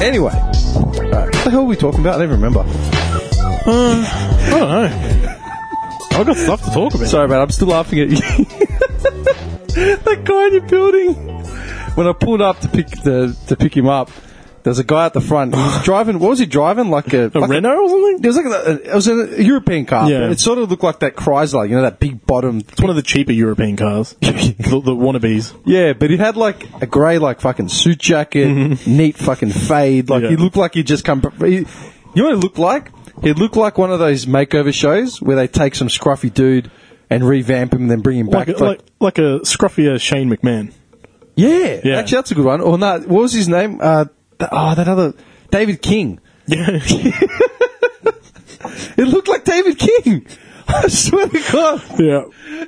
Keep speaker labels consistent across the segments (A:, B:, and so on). A: Anyway, what the hell are we talking about? I don't even remember.
B: I don't know. Uh, I've got stuff to talk about.
A: Sorry, man. I'm still laughing at you. that guy in your building. When I pulled up to pick the to pick him up, there's a guy at the front. He was driving. What was he driving? Like a,
B: a
A: like
B: Renault or something?
A: It was like a, it was a European car.
B: Yeah.
A: It sort of looked like that Chrysler, you know, that big bottom.
B: It's one of the cheaper European cars. the, the wannabes.
A: Yeah, but he had like a grey, like fucking suit jacket, neat fucking fade. Like
B: Mm-hmm. Yeah.
A: he looked like he'd just come. He, you know what he looked like? He looked like one of those makeover shows where they take some scruffy dude and revamp him and then bring him back.
B: Like,
A: Like,
B: like, like, a scruffier Shane McMahon.
A: yeah,
B: Yeah.
A: actually, that's a good one. Or no, what was his name? Uh, th- oh, that other David King.
B: Yeah.
A: It looked like David King. I swear to God.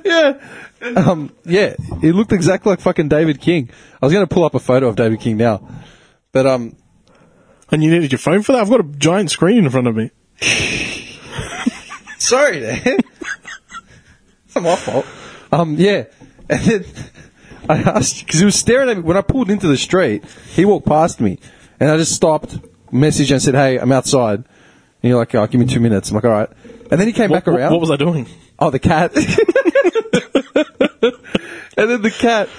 B: yeah.
A: yeah. Um, yeah, he looked exactly like fucking David King. I was going to pull up a photo of David King now, but um,
B: And you needed your phone for that? I've got a giant screen in front of me.
A: sorry, man. it's not my fault. Um, yeah, and then I asked because he was staring at me when I pulled into the street. He walked past me, and I just stopped, messaged and said, "Hey, I'm outside." And you're like, oh, "Give me two minutes." I'm like, "All right," and then he came back
B: What-
A: around.
B: What, was I doing?
A: Oh, the cat. and then the cat.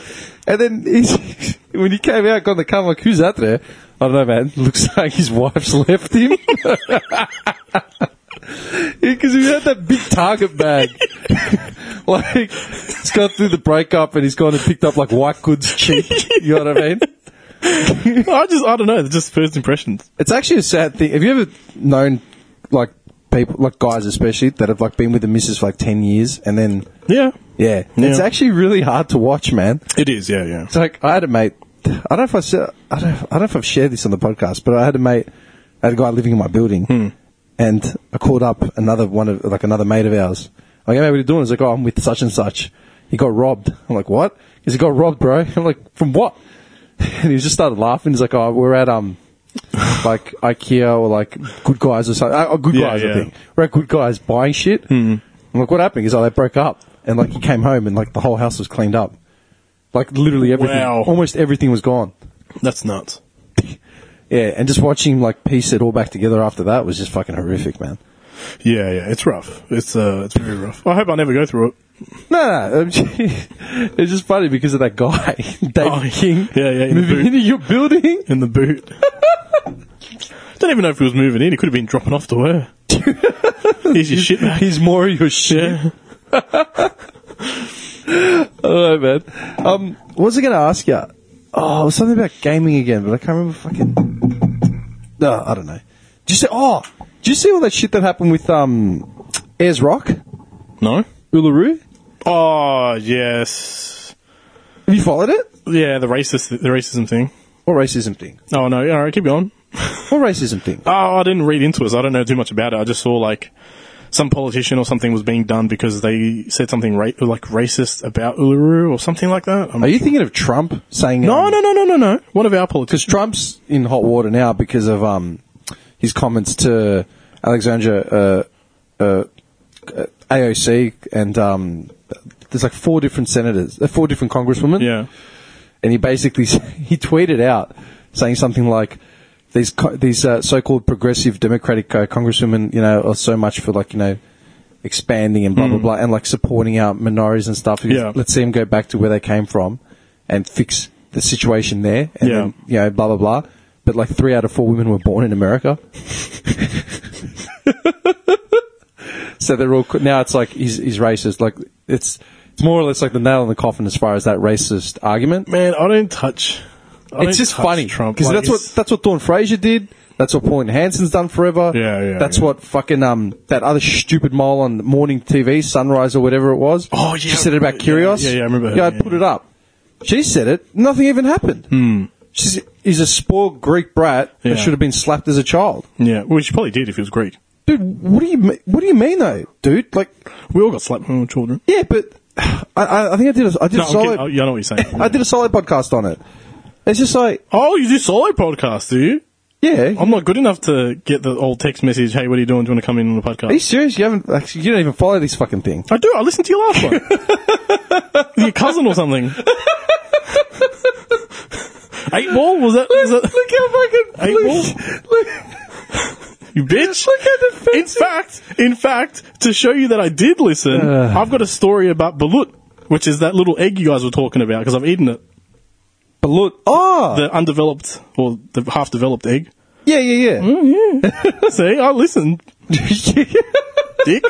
A: And then he's, when he came out, got in the car, I'm like, who's out there? I don't know, man. Looks like his wife's left him. Because he had that big target bag. like, he's gone through the breakup and he's gone and picked up, like, white goods cheap. You know what I mean?
B: I just, I don't know. It's just first impressions.
A: It's actually a sad thing. Have you ever known, like, people, like, guys especially, that have, like, been with the missus for, like, 10 years and then
B: Yeah.
A: yeah. It's
B: Yeah.
A: actually really hard to watch, man.
B: It is, yeah, yeah.
A: It's like I had a mate. I don't know if I said. I don't. I don't know if I've shared this on the podcast, but I had a mate. I had a guy living in my building,
B: Hmm.
A: and I called up another one of like another mate of ours. I'm like, hey, what are you doing? He's like, oh, I'm with such and such. He got robbed. I'm like, what? He's like, got robbed, bro. I'm like, from what? And he just started laughing. He's like, oh, we're at um, like IKEA or like Good Guys or something. Uh, oh, good
B: Yeah,
A: Guys,
B: yeah. Hmm.
A: I think. We're at Good Guys buying shit. Mm. I'm like, what happened? He's like, they broke up, and like he came home and like the whole house was cleaned up. Like literally everything,
B: Wow.
A: almost everything was gone.
B: That's nuts.
A: Yeah, and just watching him like piece it all back together after that was just fucking horrific, man.
B: Yeah, yeah. It's rough. It's, uh, it's very rough. I hope I never go through it.
A: No, no, um, it's just funny because of that guy, David
B: Oh,
A: King,
B: yeah, yeah, in the
A: moving
B: boot.
A: into your building.
B: In the boot. don't even know if he was moving in. He could have been dropping off to her. Here's your shit, mate.
A: He's more of your shit.
B: Yeah.
A: All right, man. Um, what was I going to ask you? Oh, it was something about gaming again, but I can't remember fucking. No, I don't know. Did you see? Oh, did you see all that shit that happened with um, Ayers Rock,
B: No?
A: Uluru?
B: Oh, yes.
A: Have you followed it?
B: Yeah, the racist, the racism thing.
A: Or racism thing?
B: Oh no! All right, keep going.
A: Or racism thing?
B: Oh, I didn't read into it, so I don't know too much about it. I just saw like some politician or something was being done because they said something ra- like racist about Uluru or something like that. I'm-
A: Are you thinking of Trump saying
B: no, no, no, no, no, no. One of our politicians.
A: Because Trump's in hot water now because of um, his comments to Alexandra uh, uh, uh, AOC and um, there's like four different senators, uh, four different congresswomen.
B: Yeah,
A: and he basically he tweeted out saying something like these co- these uh, so-called progressive democratic uh, congresswomen you know are so much for like you know expanding and blah blah blah and like supporting our minorities and stuff
B: Hmm. Yeah.
A: let's see them go back to where they came from and fix the situation there and
B: Yeah.
A: then, you know blah blah blah but like 3 out of 4 women were born in America so they're all now it's like he's he's racist like it's it's more or less like the nail in the coffin as far as that racist argument
B: man, I don't touch. I don't
A: it's just
B: touch
A: funny
B: Trump.
A: because
B: Like,
A: that's what
B: it's-
A: that's what Dawn Fraser did. That's what Paul Hansen's done forever.
B: Yeah, yeah,
A: That's
B: yeah.
A: what fucking um that other stupid mole on morning TV, Sunrise or whatever it was.
B: Oh, yeah.
A: she said it about
B: Yeah,
A: Curios.
B: yeah, yeah, I remember her,
A: Yeah, I
B: yeah,
A: put it up. She said it. Nothing even happened. Hmm. She's he's a spoiled Greek brat
B: Yeah.
A: that should have been slapped as a child.
B: Yeah, which he probably did if he was Greek.
A: Dude, what do you me- what do you mean though, dude? Like,
B: We all got slapped when we were children.
A: yeah, but I- I, I think I did. A, I did
B: No,
A: a
B: I'm
A: solo.
B: kidding. Oh, you know what you're saying.
A: I did a solo podcast on it. It's just like,
B: Oh, you do solo podcasts, do you?
A: yeah.
B: I'm not good enough to get the old text message. Hey, what are you doing? Do you want to come in on the podcast?
A: Are you serious? You haven't. Actually, you don't even follow this fucking thing.
B: I do. I listened to your last one. your cousin or something. Eight ball was that? Was that
A: Look how fucking.
B: Eight
A: look, look,
B: you bitch?
A: look how
B: In
A: defensive.
B: fact, in fact, to show you that I did listen,
A: Uh.
B: I've got a story about balut, which is that little egg you guys were talking about because I've eaten it,
A: Balut. Oh,
B: the undeveloped or the half-developed egg.
A: yeah, yeah, yeah.
B: See, I listened, dick.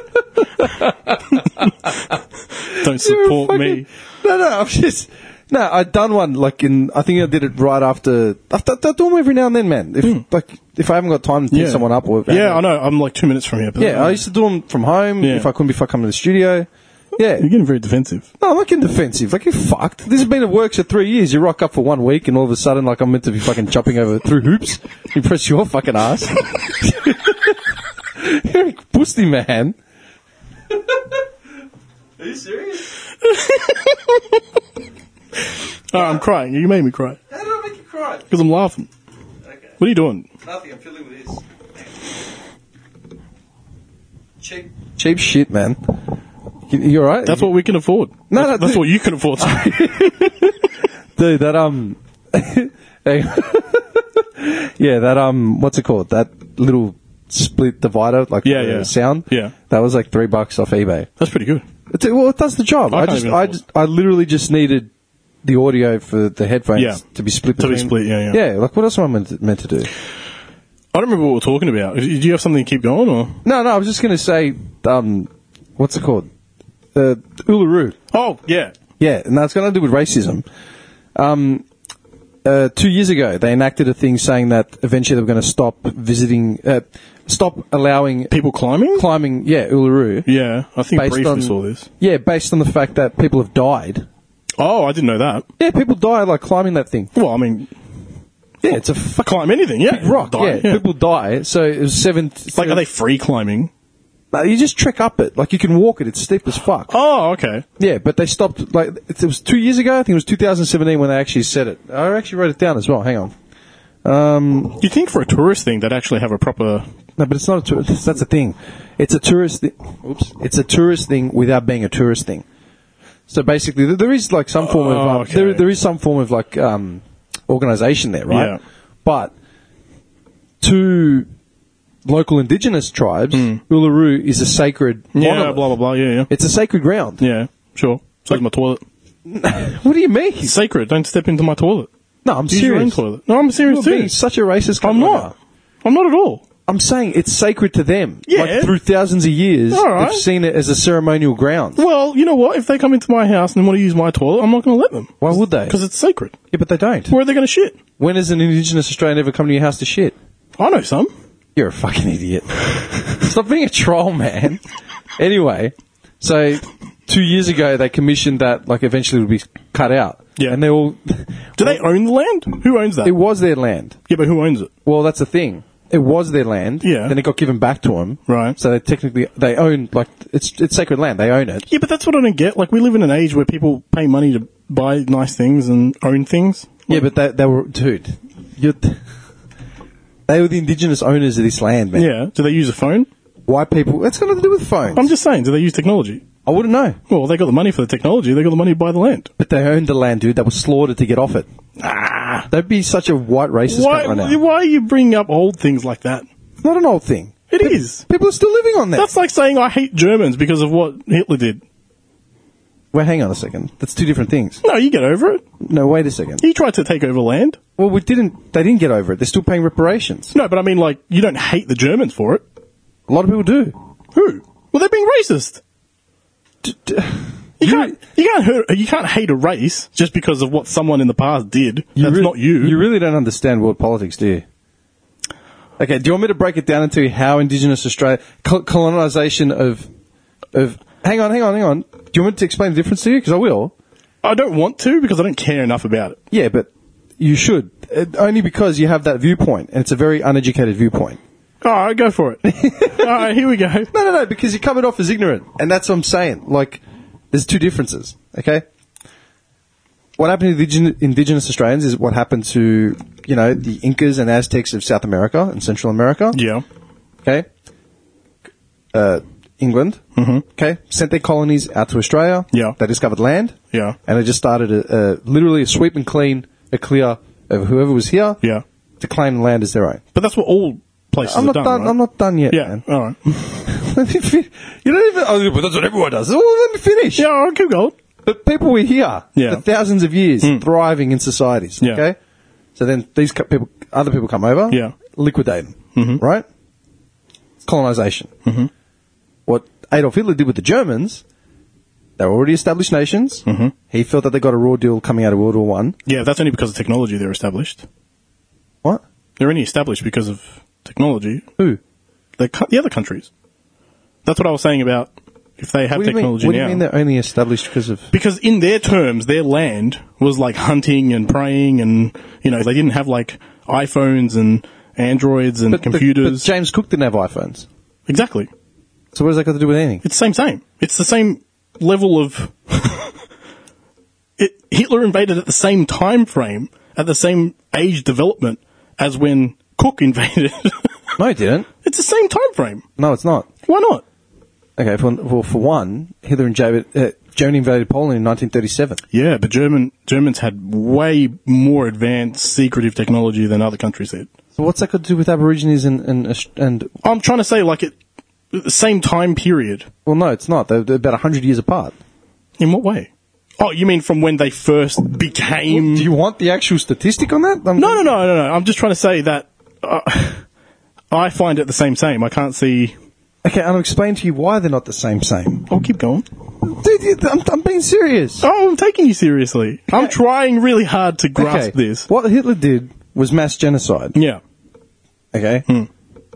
B: Don't
A: You're a
B: support
A: fucking-
B: me.
A: No, no, I'm just. No, i done one like in. I think I did it right after. I, I, I do them every now and then, man. If like if I haven't got time to pick someone up or if I
B: yeah, I
A: haven't-
B: know. I'm like two minutes from here. But
A: yeah, I used to do them from home
B: Yeah.
A: if I couldn't be fuck coming to the studio. Yeah,
B: you're getting very defensive.
A: no, I'm not getting defensive. Like you fucked. This has been at works for three years. You rock up for one week, and all of a sudden, like I'm meant to be fucking jumping over through hoops. You press your fucking ass. You're a pussy man. Are you serious?
B: Oh, I'm crying. You made me cry
A: How did I make you cry?
B: because I'm laughing.
A: Okay.
B: What are you doing?
A: Nothing, I'm filling with this. Cheap. Cheap shit, man. You, you alright?
B: That's what we can afford.
A: No,
B: that's,
A: no,
B: that's
A: dude.
B: what you can afford. Sorry.
A: Dude, that, um. hang on. yeah, that, um, what's it called? That little split divider, like
B: Yeah,
A: the
B: yeah.
A: sound?
B: Yeah.
A: That was like three bucks off eBay.
B: that's pretty good.
A: It's, well, it does the job.
B: I
A: I,
B: can't
A: just,
B: even
A: I
B: afford-
A: just, I literally just needed the audio for the headphones
B: Yeah.
A: to be split
B: To be
A: between-
B: split, yeah,
A: yeah. like what else am I meant to, meant to do?
B: I don't remember what we we're talking about. Do you have something to keep going or?
A: No, no, I was just going to say, um, what's it called? Uh, Uluru.
B: Oh, yeah.
A: Yeah, and that's got nothing to do with racism. Um, uh, two years ago, they enacted a thing saying that eventually they were going to stop visiting, uh, stop allowing
B: People climbing?
A: climbing, yeah, Uluru.
B: yeah, I think
A: Based
B: briefly
A: on-
B: saw this.
A: Yeah, based on the fact that people have died.
B: Oh, I didn't know that.
A: Yeah, people die like climbing that thing.
B: Well, I mean,
A: Yeah, it's a fucking
B: climb anything, yeah.
A: rock.
B: Die,
A: yeah, people die. So it was seven.
B: like, are they free climbing?
A: No, you just trek up it. Like you can walk it. It's steep as fuck.
B: Oh, okay.
A: Yeah, but they stopped. Like it was two years ago. I think it was 2017 when they actually said it. I actually wrote it down as well. Hang on.
B: You think for a tourist thing, they'd actually have a proper.
A: No, but it's not a tourist. That's a thing. It's a tourist. Thi- Oops. It's a tourist thing without being a tourist thing. So basically, th- there is like some form of
B: Oh,
A: um,
B: okay.
A: there, there is some form of like um, organization there, right?
B: Yeah.
A: But to local indigenous tribes, Uluru is a sacred.
B: Hmm. Yeah,
A: monolith.
B: blah blah blah. Yeah, yeah,
A: It's a sacred ground.
B: yeah. Sure. So is my toilet.
A: What do you mean?
B: It's sacred. Don't step into my toilet.
A: No, I'm
B: Use your own
A: serious.
B: toilet. No, I'm serious
A: You're being
B: too.
A: such a racist. cunt
B: I'm
A: right
B: not.
A: now.
B: I'm not at all.
A: I'm saying it's sacred to them.
B: Yeah.
A: Like through thousands of years,
B: All right.
A: they've seen it as a ceremonial ground.
B: Well, you know what? If they come into my house and want to use my toilet, I'm not going to let them
A: Why would they?
B: because it's sacred.
A: Yeah, but they don't.
B: Where are they going to shit?
A: When has an Indigenous Australian ever come to your house to shit?
B: I know some.
A: You're a fucking idiot. Stop being a troll, man. Anyway, so two years ago they commissioned that like eventually it would be cut out.
B: Yeah.
A: And they all
B: Do they own the land? Who owns that?
A: it was their land.
B: yeah, but who owns it?
A: Well, that's the thing. It was their land.
B: Yeah.
A: Then it got given back to them.
B: Right.
A: So they technically they own like it's it's sacred land. They own it.
B: Yeah, but that's what I don't get. Like, we live in an age where people pay money to buy nice things and own things.
A: Yeah, but they, they were dude. You're, they were the indigenous owners of this land, man.
B: Yeah. Do they use a phone?
A: Why people? That's got nothing to do with phones.
B: I'm just saying, do they use technology?
A: I wouldn't know.
B: Well, they got the money for the technology. They got the money to buy the land.
A: But they owned the land, dude. They were slaughtered to get off it.
B: Ah.
A: That'd be such a white racist
B: Why,
A: cunt right now.
B: why are you bringing up old things like that?
A: It's Not an old thing.
B: It is.
A: People are still living on that.
B: That's like saying I hate Germans because of what Hitler did.
A: Wait, hang on a second. That's two different things.
B: No, you get over it.
A: No, wait a second.
B: He tried to take over land.
A: Well, we didn't. They didn't get over it. They're still paying reparations.
B: No, but I mean, like, you don't hate the Germans for it.
A: A lot of people do.
B: Who? Well, they're being racist.
A: D- d-
B: You can't, you can't hurt, you can't hate a race just because of what someone in the past did. That's
A: really-
B: not you.
A: You really don't understand world politics, do you? Okay. Do you want me to break it down into how Indigenous Australia col- colonization of of? Hang on, hang on, hang on. Do you want me to explain the difference to you? Because I will.
B: I don't want to because I don't care enough about it.
A: Yeah, but you should. Uh, only because you have that viewpoint, and it's a very uneducated viewpoint.
B: All right, go for it. All right, here we go.
A: No, no, no, because you're coming off as ignorant, and that's what I'm saying. Like, There's two differences, okay? What happened to indigen- indigenous Australians is what happened to, you know, the Incas and Aztecs of South America and Central America,
B: Yeah.
A: okay? Uh, England, mm-hmm. okay? Sent their colonies out to Australia.
B: Yeah.
A: They discovered land.
B: Yeah.
A: And it just started a, a, literally a sweep and clean, a clear of whoever was here
B: Yeah.
A: to claim land as their own.
B: But that's what all places
A: I'm not
B: are done.
A: done.
B: right?
A: I'm not done yet,
B: Yeah.
A: man.
B: All right.
A: Let me fin- you don't even. Oh, but that's what everyone does. Well, let me finish.
B: Yeah. All right. Keep going.
A: But people were here
B: Yeah. Hmm.
A: for thousands of years, thriving in societies.
B: Yeah.
A: Okay. So then these co- people, other people come over.
B: Yeah. Mm-hmm.
A: Liquidate them. Right. Colonization. Mm-hmm. What Adolf Hitler did with the Germans, they were already established
B: Hmm.
A: nations. Mm-hmm. He felt that they got a raw deal coming out of World War One.
B: Yeah. That's only because of technology they're established.
A: What?
B: They're only established because of technology.
A: Who?
B: The co- the other countries. That's what I was saying about if they have
A: What do you mean? What
B: technology
A: do you
B: now.
A: mean they're only established because of?
B: because in their terms, their land was like hunting and praying, and you know they didn't have like iPhones and androids and
A: But the-
B: computers.
A: but James Cook didn't have iPhones.
B: exactly,
A: So what does that got to do with anything?
B: it's the same same. It's the same level of. it, Hitler invaded at the same time frame, at the same age development as when Cook invaded.
A: No, it didn't.
B: it's the same time frame.
A: No, it's not.
B: Why not?
A: Okay, for, well, for one, Hitler and Germany, uh, Germany invaded Poland in 1937.
B: Yeah, but German Germans had way more advanced secretive technology than other countries did.
A: So what's that got to do with Aborigines and and, Aus- and
B: I'm trying to say like it, the same time period.
A: well, no, it's not. They're, they're about 100 years apart.
B: In what way? Oh, you mean from when they first became?
A: Mm. Do you want the actual statistic on that? I'm,
B: no, no, no, no, no. I'm just trying to say that uh, I find it the same same. I can't see.
A: Okay, and I'll explain to you why they're not the same. Same,
B: I'll keep going.
A: dude. you- I'm, I'm being serious.
B: Oh, I'm taking you seriously. I'm
A: Okay.
B: trying really hard to
A: okay,
B: grasp this.
A: What Hitler did was mass genocide.
B: Yeah,
A: Okay,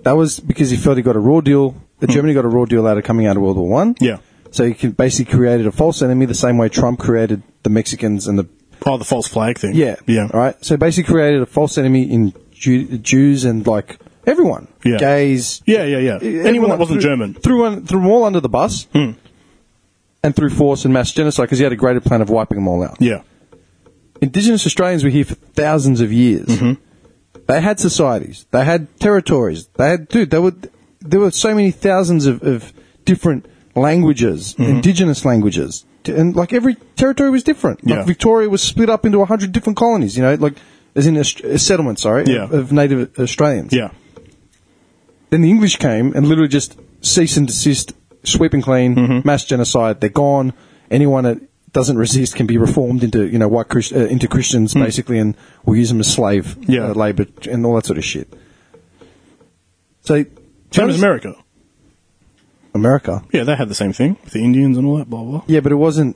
A: that was because he felt he got a raw deal. That Germany got a raw deal out of coming out of World War One.
B: yeah.
A: So he could- basically created a false enemy, the same way Trump created the Mexicans and the
B: Oh, the false flag thing.
A: Yeah.
B: yeah.
A: All right. So basically created a false enemy in Jew- Jews and like everyone.
B: Yeah.
A: Gays.
B: Yeah, yeah, yeah. Anyone that
A: everyone.
B: wasn't
A: Threw-
B: German. Hmm.
A: Threw, one, threw them all under the bus. And through force and mass genocide because he had a greater plan of wiping them all out.
B: Yeah,
A: Indigenous Australians were here for thousands of years.
B: Mm-hmm.
A: They had societies. They had territories. They had, dude, they were, there were so many thousands of, of different languages,
B: Mm-hmm.
A: indigenous languages. And like every territory was different. Like
B: Yeah.
A: Victoria was split up into a hundred different colonies, you know, like as in a, a settlement, sorry,
B: Yeah.
A: of, of native Australians.
B: yeah,
A: Then the English came and literally just cease and desist, sweep and clean,
B: Mm-hmm.
A: mass genocide. They're gone. Anyone that doesn't resist can be reformed into you know white Christ- uh, into Christians basically, and we'll use them as slave
B: Mm. Yeah.
A: uh, labor and all that sort of shit. So,
B: same as America.
A: America.
B: Yeah, they had the same thing with the Indians and all that. Blah blah.
A: Yeah, but it wasn't.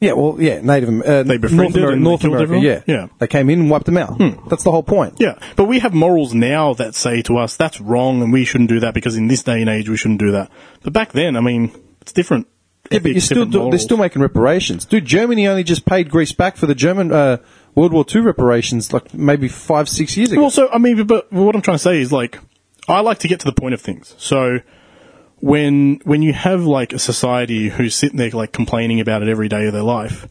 A: Yeah, well, yeah, Native. Am- Uh,
B: They
A: North
B: befriended
A: America.
B: and they
A: North
B: killed
A: America yeah,
B: everyone? Yeah. Hmm.
A: They came in and wiped them out. That's the whole point.
B: Yeah, but we have morals now that say to us that's wrong and we shouldn't do that because in this day and age we shouldn't do that. But back then, I mean, it's different.
A: Yeah, but you're
B: Ethics,
A: still
B: different
A: do, they're
B: morals.
A: still making reparations, dude. Germany only just paid Greece back for the German uh, World War II reparations, like maybe five, six years ago.
B: Well, so I mean, but what I'm trying to say is like, I like to get to the point of things. So when when you have like a society who's sitting there like complaining about it every day of their life,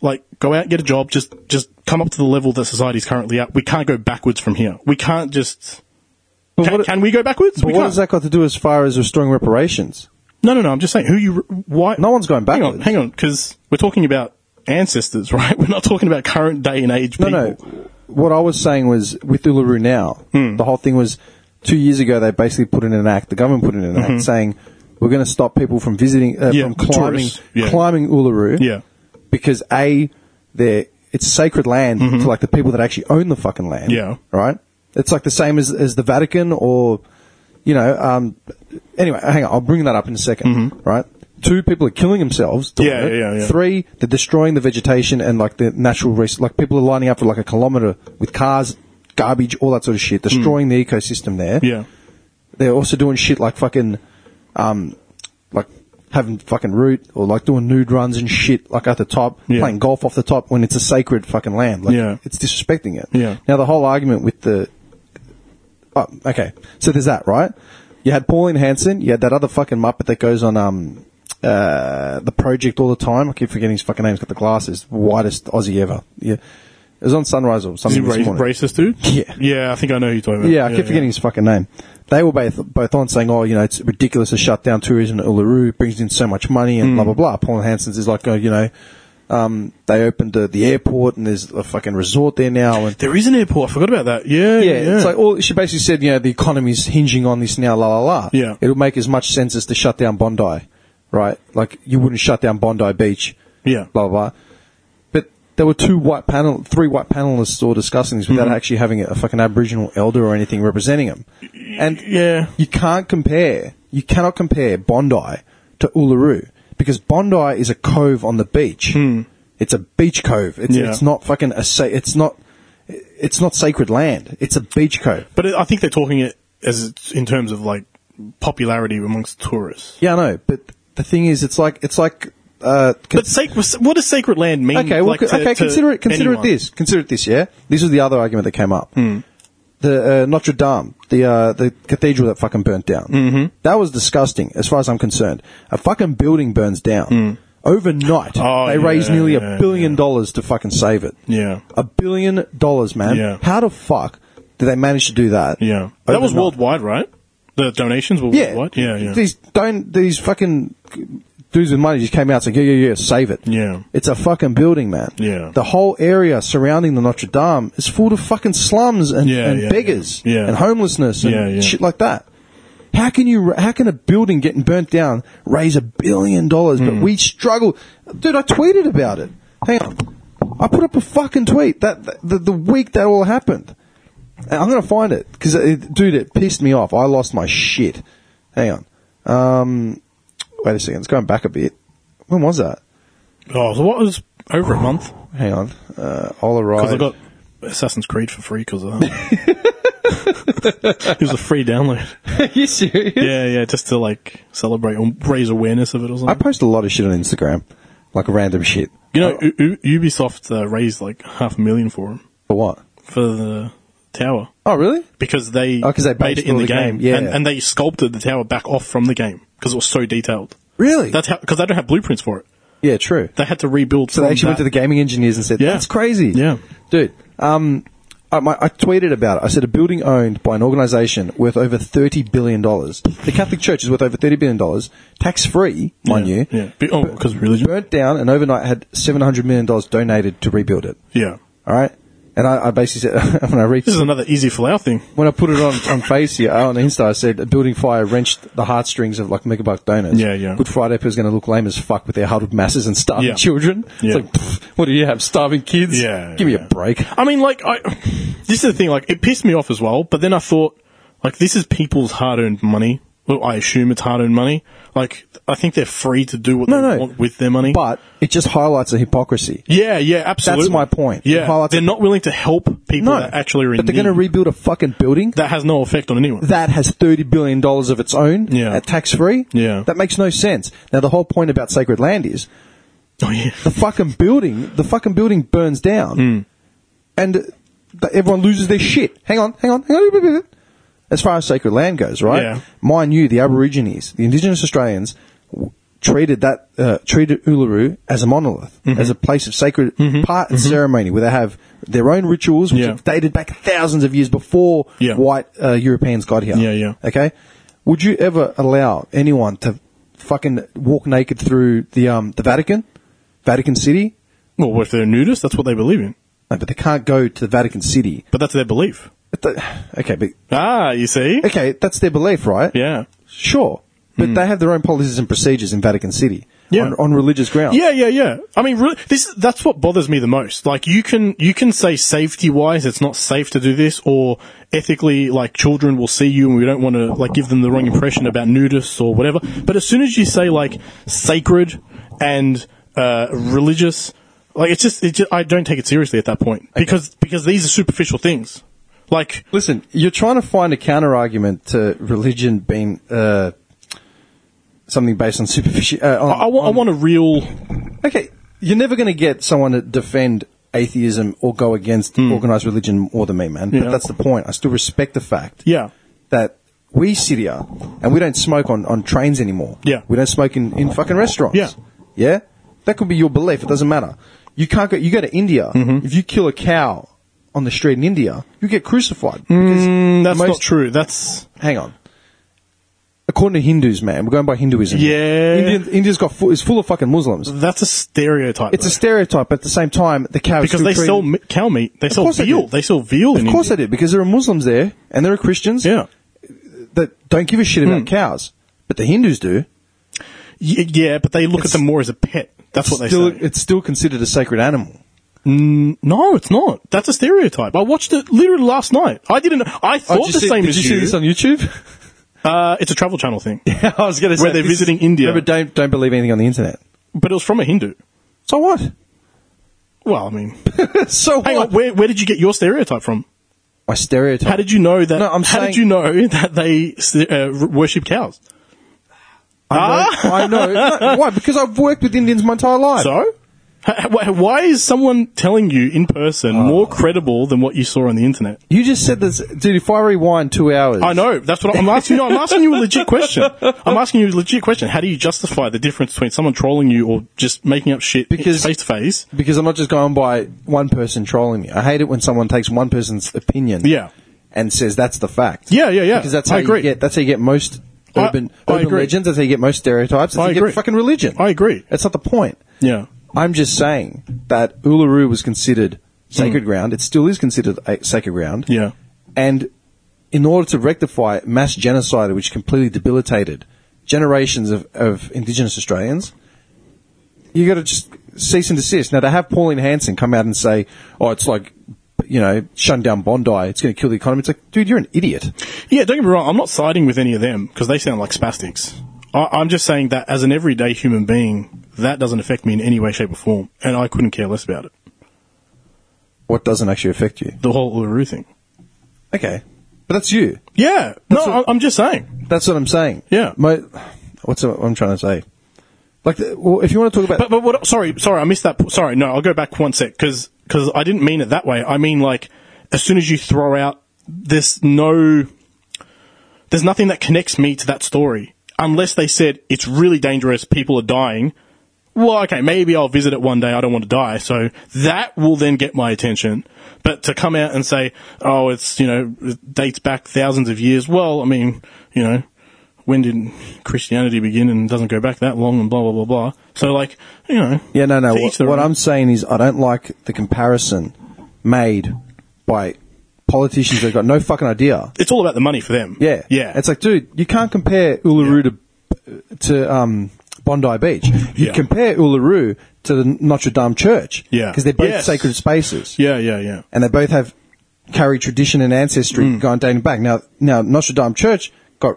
B: like go out get a job, just just come up to the level that society's currently at. We can't go backwards from here. We can't just.
A: But
B: Can,
A: what-
B: can we go backwards?
A: but
B: We
A: what
B: can't.
A: has that got to do as far as restoring reparations?
B: No, no, no. I'm just saying who you why
A: No one's going
B: Hang
A: backwards.
B: on, hang on, because we're talking about ancestors, right? We're not talking about current day and age people. Hmm.
A: No, no. What I was saying was with Uluru now, the whole thing was two years ago they basically put in an act. The government put in an act saying we're going to stop people from visiting, uh,
B: Mm-hmm. Yeah,
A: from climbing,
B: tourists. Yeah.
A: climbing Uluru.
B: Yeah.
A: because a they it's sacred land to like the people that actually own the fucking land.
B: Mm-hmm. Yeah.
A: right. It's like the same as as the Vatican or you know. Um, anyway, hang on. I'll bring that up in a 2nd Right. Two people are killing themselves. doing
B: Mm-hmm. Yeah,
A: it.
B: yeah, yeah.
A: Three, they're destroying the vegetation and like the natural res- like people are lining up for like a kilometer with cars, garbage, all that sort of shit, destroying the ecosystem there.
B: Mm. Yeah.
A: They're also doing shit like fucking, um, like having fucking root or like doing nude runs and shit like at the top,
B: Yeah.
A: playing golf off the top when it's a sacred fucking land. Like,
B: Yeah.
A: it's disrespecting it.
B: Yeah.
A: Now the whole argument with the, oh, okay, so there's that right. You had Pauline Hanson, you had that other fucking muppet that goes on um, uh, the project all the time. I keep forgetting his fucking name. He's got the glasses. Widest Aussie ever. Yeah. It was on Sunrise or
B: Is he
A: something
B: ra-
A: this morning.
B: racist, dude?
A: Yeah.
B: Yeah, I think I know who you're talking about.
A: Yeah, I keep forgetting his fucking name. They were both both on saying, "Oh, you know, it's ridiculous to shut down tourism at Uluru. It brings in so much money and blah blah blah." Paul Hanson's is like, oh, you know, um, they opened uh, the airport and there's a fucking resort there now, and
B: There is an airport. I forgot about that. Yeah, yeah.
A: yeah, it's like all she basically said, you know, the economy's hinging on this now, la la la.
B: Yeah.
A: it'll make as much sense as to shut down Bondi, right? Like you wouldn't shut down Bondi Beach,
B: yeah.
A: blah blah. blah. But there were two white panel, three white panelists all discussing this
B: Mm-hmm.
A: without actually having a fucking Aboriginal elder or anything representing them, and
B: yeah.
A: you can't compare. You cannot compare Bondi to Uluru because Bondi is a cove on the beach. It's a beach cove. It's,
B: Hmm. Yeah.
A: it's not fucking a. Sa- it's not. It's not sacred land. It's a beach cove.
B: But I think they're talking it as in terms of like popularity amongst tourists.
A: Yeah, I know. But the thing is, it's like it's like. Uh,
B: But sacred, what does sacred land mean?
A: okay, well,
B: like, to-
A: okay.
B: to
A: Consider it. Consider
B: anyone? Hmm.
A: it this. Consider it this. Yeah, this is the other argument that came up. The uh, Notre Dame, the uh, the cathedral that fucking burnt down. Mm-hmm. That was disgusting, as far as I'm concerned. A fucking building burns down overnight.
B: Hmm. Oh,
A: they raised
B: yeah,
A: nearly
B: yeah,
A: a billion dollars to fucking save it.
B: Yeah.
A: A billion dollars, man.
B: Yeah.
A: How the fuck did they manage to do that?
B: Yeah. That was
A: Overnight.
B: worldwide, right? The donations were
A: Yeah.
B: worldwide? Yeah, yeah.
A: These don't these fucking dudes with money just came out saying, yeah, yeah, yeah, save it.
B: Yeah.
A: It's a fucking building, man.
B: Yeah.
A: The whole area surrounding the Notre Dame is full of fucking slums and,
B: Yeah,
A: and
B: yeah,
A: beggars
B: yeah. Yeah.
A: and homelessness and
B: Yeah, yeah.
A: shit like that. How can you? How can a building getting burnt down raise a billion dollars?
B: Hmm.
A: But we struggle, dude. I tweeted about it. Hang on, I put up a fucking tweet that the, the week that all happened. And I'm gonna find it because, it, dude, it pissed me off. I lost my shit. Hang on. Um, wait a second. It's going back a bit. When was that?
B: Oh, so what was over
A: Oh,
B: a month?
A: Hang on. Uh, I'll
B: Because
A: arrive.
B: I got Assassin's Creed for free because of that. it was a free download.
A: you serious?
B: Yeah, yeah, just to like celebrate or raise awareness of it or
A: I
B: something.
A: post a lot of shit on Instagram, like random shit.
B: You know, U- U- Ubisoft uh, raised like half a million for him
A: For what?
B: for the tower
A: Oh, really?
B: because they,
A: Oh, 'cause they
B: made
A: based
B: it in
A: all
B: the
A: the
B: game,
A: game, yeah.
B: and, and they sculpted the tower back off from the game because it was so detailed.
A: Really?
B: That's how because they don't have blueprints for it.
A: yeah, true.
B: They had to rebuild.
A: So they actually went to the gaming engineers and said,
B: Yeah.
A: "That's crazy,
B: Yeah.
A: dude." Um, I, my, I tweeted about it. I said a building owned by an organization worth over thirty billion dollars. The Catholic Church is worth over thirty billion dollars, tax free, mind you.
B: Yeah, because religion.
A: Burnt down and overnight had seven hundred million dollars donated to rebuild it.
B: yeah,
A: All right, and I, I basically said when I reached
B: this is another easy flower thing.
A: when I put it on on face here uh, on Insta, I said a building fire wrenched the heartstrings of like megabuck donors.
B: Yeah, yeah.
A: Good Friday is going to look lame as fuck with their huddled masses and starving
B: Yeah.
A: children.
B: Yeah.
A: It's like, pff, what do you have, starving kids?
B: Yeah,
A: give me
B: yeah.
A: a break.
B: I mean, like, I, this is the thing, like, it pissed me off as well, but then I thought, like, this is people's hard earned money. Well, I assume it's hard earned money. Like, I think they're free to do what
A: No,
B: they
A: no.
B: want with their money.
A: But it just highlights the hypocrisy.
B: yeah, yeah, absolutely.
A: my point. It
B: Yeah.
A: highlights-
B: They're not willing to help people
A: No,
B: that actually are in
A: but they're going to
B: need.
A: rebuild a fucking building
B: that has no effect on anyone.
A: that has thirty billion dollars of its own,
B: Yeah.
A: tax free.
B: Yeah.
A: that makes no sense. Now the whole point about sacred land is
B: oh, yeah.
A: the fucking building, the fucking building burns down,
B: Hmm.
A: and th- everyone loses their shit. Hang on, hang on, hang on. As far as sacred land goes, right?
B: Yeah.
A: Mind you, the Aborigines, the Indigenous Australians, w- treated that uh, treated Uluru as a monolith,
B: Mm-hmm.
A: as a place of sacred part and ceremony, where they have their own rituals, which
B: Yeah.
A: are dated back thousands of years before
B: Yeah.
A: white uh, Europeans got here.
B: Yeah, yeah.
A: Okay. Would you ever allow anyone to fucking walk naked through the um the Vatican, Vatican City?
B: Well, what if they're nudists, that's what they believe in.
A: No, but they can't go to the Vatican City.
B: But that's their belief.
A: But the- okay, but
B: Ah, you see?
A: okay, that's their belief, right?
B: Yeah. Hmm.
A: Sure, but they have their own policies and procedures in Vatican City
B: Yeah.
A: on, on religious grounds.
B: Yeah, yeah, yeah. I mean, really, this that's what bothers me the most. Like, you can you can say safety wise, it's not safe to do this, or ethically, like children will see you, and we don't want to like give them the wrong impression about nudists or whatever. But as soon as you say like sacred and uh, religious, like it's just, it just I don't take it seriously at that point because because these are superficial things. Like,
A: Listen, you're trying to find a counter argument to religion being uh, something based on superficial. Uh, on,
B: I, I, wa- I
A: on-
B: want a real
A: Okay, you're never going to get someone to defend atheism or go against organized religion more than me, man.
B: Hmm. Yeah.
A: But that's the point. I still respect the fact
B: yeah.
A: that we sit here and we don't smoke on, on trains anymore.
B: Yeah.
A: We don't smoke in, in fucking restaurants.
B: Yeah.
A: Yeah? That could be your belief. It doesn't matter. You can't go, you go to India.
B: Mm-hmm.
A: If you kill a cow on the street in India, you get crucified. Because
B: Mm, that's
A: most-
B: not true. That's
A: Hang on. According to Hindus, man, we're going by Hinduism.
B: Yeah.
A: Indian, India's got full, is full of fucking Muslims.
B: that's a stereotype.
A: It's a
B: though.
A: stereotype, but at the same time, the cow
B: because they sell mi- cow meat. They sell
A: course they
B: veal.
A: do.
B: They, sell veal.
A: Of
B: in
A: course
B: India.
A: they do, because there are Muslims there and there are Christians
B: Yeah. Hmm.
A: that don't give a shit about cows, but the Hindus do.
B: Y- yeah, but they look
A: It's-
B: at them more as a pet. That's what they
A: still,
B: say.
A: It's still considered a sacred animal.
B: Mm, no, it's not. That's a stereotype. I watched it literally last night. I didn't.
A: Oh,
B: I thought the same as you.
A: on YouTube?
B: uh, it's a travel channel thing,
A: I was going to say
B: they're
A: this is-
B: visiting India.
A: Remember, don't don't believe anything on the internet.
B: but it was from a Hindu.
A: So what?
B: Well, I mean,
A: so
B: hang
A: what?
B: on. Where, where did you get your stereotype from?
A: My stereotype.
B: How did you know that?
A: No, I'm
B: how
A: saying-
B: did you know that they uh, worship cows?
A: I know. I know. No, why? Because I've worked with Indians my entire life.
B: Ah! So, H- wh- why is someone telling you in person
A: Oh.
B: more credible than what you saw on the internet?
A: you just said this, dude. If I rewind two hours,
B: I know. That's what I'm asking you. I'm asking you a legit question. I'm asking you a legit question. How do you justify the difference between someone trolling you or just making up shit
A: Because-
B: face to face?
A: because I'm not just going by one person trolling me. I hate it when someone takes one person's opinion,
B: Yeah.
A: and says that's the fact.
B: Yeah, yeah, yeah.
A: Because that's how
B: I
A: you
B: agree.
A: get. That's how you get most
B: I-
A: urban
B: I
A: urban
B: agree.
A: legends. That's how you get most stereotypes. That's
B: I
A: how you
B: agree.
A: get fucking religion.
B: I agree.
A: That's not the point.
B: Yeah.
A: I'm just saying that Uluru was considered sacred ground. It still is considered a sacred ground.
B: Mm. Yeah.
A: And in order to rectify mass genocide, which completely debilitated generations of, of Indigenous Australians, you got to just cease and desist. Now, to have Pauline Hanson come out and say, oh, it's like, you know, shutting down Bondi, it's going to kill the economy. It's like, dude, you're an idiot.
B: Yeah, don't get me wrong. I'm not siding with any of them because they sound like spastics. I, I'm just saying that as an everyday human being, that doesn't affect me in any way, shape, or form, and I couldn't care less about it.
A: What doesn't actually affect you?
B: The whole Uluru thing.
A: Okay. But that's you.
B: Yeah.
A: That's
B: no,
A: what-
B: I- I'm just saying.
A: That's what I'm saying.
B: Yeah.
A: Mo- what's what I'm trying to say? Like, the, well, if you want to talk about
B: But but what? Sorry, sorry, I missed that. po- Sorry, no, I'll go back one sec because I didn't mean it that way. I mean like as soon as you throw out, there's no, there's nothing that connects me to that story unless they said it's really dangerous, people are dying. Well, okay, maybe I'll visit it one day. I don't want to die, so that will then get my attention. But to come out and say, "Oh, it's you know, it dates back thousands of years." Well, I mean, you know, when did Christianity begin and it doesn't go back that long and blah blah blah blah. So like, you know,
A: Yeah, no, no.
B: to
A: What,
B: each their
A: what
B: own.
A: I'm saying is, I don't like the comparison made by politicians that got no fucking idea.
B: it's all about the money for them.
A: Yeah,
B: yeah.
A: It's like, dude, you can't compare Uluru to to um, Bondi Beach. You
B: Yeah.
A: compare Uluru to the Notre Dame Church.
B: Yeah.
A: because they're both
B: Yes.
A: sacred spaces,
B: yeah, yeah, yeah.
A: and they both have carry tradition and ancestry
B: Mm.
A: going dating back. Now, now Notre Dame Church got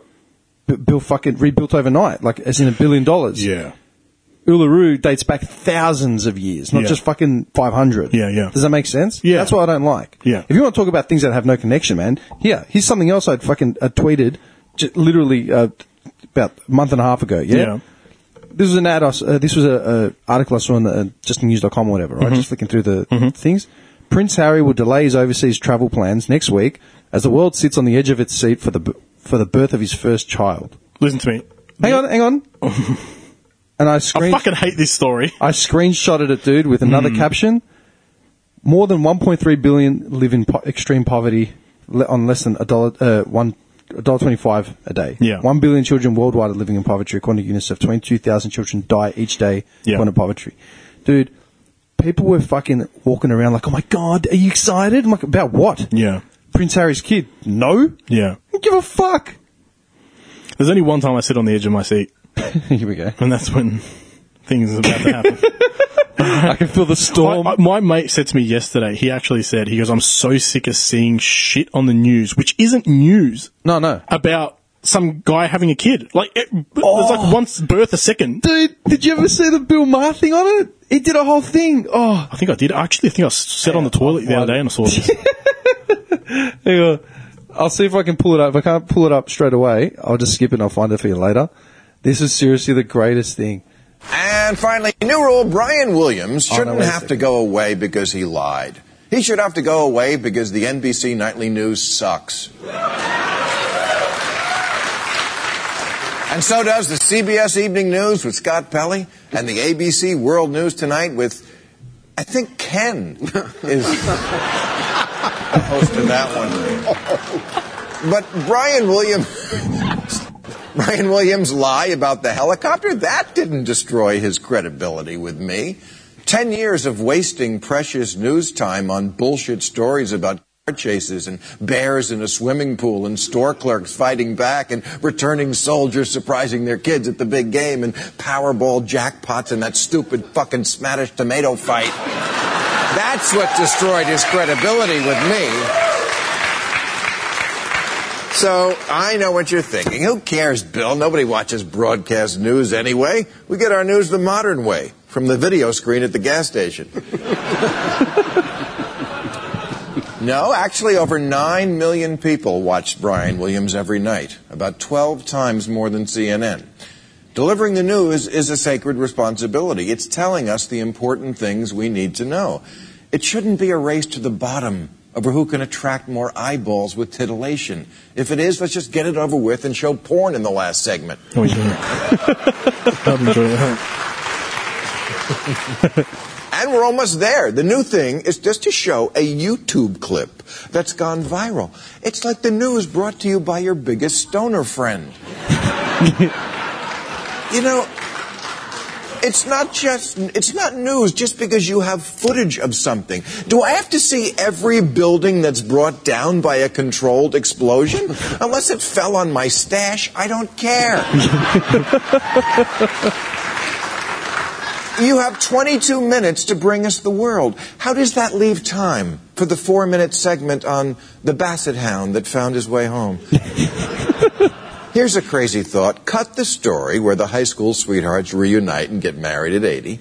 A: b- built fucking rebuilt overnight, like as in a billion dollars.
B: Yeah.
A: Uluru dates back thousands of years, not
B: Yeah.
A: just fucking 500.
B: Yeah, yeah.
A: Does that make sense?
B: Yeah.
A: That's what I don't like.
B: Yeah.
A: If you want to talk about things that have no connection, man, yeah, here's something else I'd fucking uh, tweeted j- literally uh, about a month and a half ago. Yeah.
B: Yeah.
A: This was an ad, I s- uh, this was a, a article I saw on the, uh, justinnews.com or whatever,
B: Mm-hmm.
A: right? Just flicking through the things. Prince Harry will delay his overseas travel plans next week as the world sits on the edge of its seat for the, b- for the birth of his first child.
B: Listen to me.
A: Hang on, hang on. And I
B: I
A: screen-
B: fucking hate this story.
A: I screenshotted it, dude, with another
B: Hmm.
A: caption. More than 1.3 billion live in po- extreme poverty le- on less than a dollar, uh, one a dollar twenty-five a day.
B: Yeah.
A: one billion children worldwide are living in poverty, according to UNICEF. Twenty-two thousand children die each day
B: Yeah.
A: born in poverty. Dude, people were fucking walking around like, "Oh my god, are you excited?" I'm like, "About what?"
B: Yeah.
A: Prince Harry's kid? No,
B: Yeah.
A: I don't give a fuck.
B: There's only one time I sit on the edge of my seat,
A: Here we go.
B: and that's when things are about to happen.
A: I can feel the storm.
B: I, I- my mate said to me yesterday, he actually said, he goes, I'm so sick of seeing shit on the news, which isn't news,
A: no, no,
B: about some guy having a kid. Like, it,
A: Oh.
B: it's like once birth a second.
A: dude, did you ever see the Bill Maher thing on it? He did a whole thing. Oh,
B: I think I did. I actually think I s- sat on the toilet the other day and I saw this.
A: hang on. I'll see if I can pull it up. If I can't pull it up straight away, I'll just skip it and I'll find it for you later. This is seriously the greatest thing.
C: And finally, new rule Brian Williams
A: Oh, no,
C: shouldn't
A: wait a
C: have to
A: second.
C: go away because he lied. He should have to go away because the NBC Nightly News sucks. And so does the CBS Evening News with Scott Pelley and the ABC World News Tonight with, I think Ken is hosting that one. But Brian Williams, Brian Williams' lie about the helicopter, that didn't destroy his credibility with me. Ten years of wasting precious news time on bullshit stories about car chases and bears in a swimming pool and store clerks fighting back and returning soldiers surprising their kids at the big game and Powerball jackpots and that stupid fucking Smash tomato fight. That's what destroyed his credibility with me. So I know what you're thinking. Who cares, Bill? Nobody watches broadcast news anyway. We get our news the modern way from the video screen at the gas station. no, actually, over 9 million people watched Brian Williams every night, about 12 times more than CNN. Delivering the news is a sacred responsibility. It's telling us the important things we need to know. It shouldn't be a race to the bottom over who can attract more eyeballs with titillation. If it is, let's just get it over with and show porn in the last segment.
B: Oh, yeah. I'd enjoy that.
C: And we're almost there. The new thing is just to show a YouTube clip that's gone viral. It's like the news brought to you by your biggest stoner friend. you know, it's not just it's not news just because you have footage of something. Do I have to see every building that's brought down by a controlled explosion? Unless it fell on my stash, I don't care. You have 22 minutes to bring us the world. How does that leave time for the four minute segment on the basset hound that found his way home? Here's a crazy thought cut the story where the high school sweethearts reunite and get married at 80,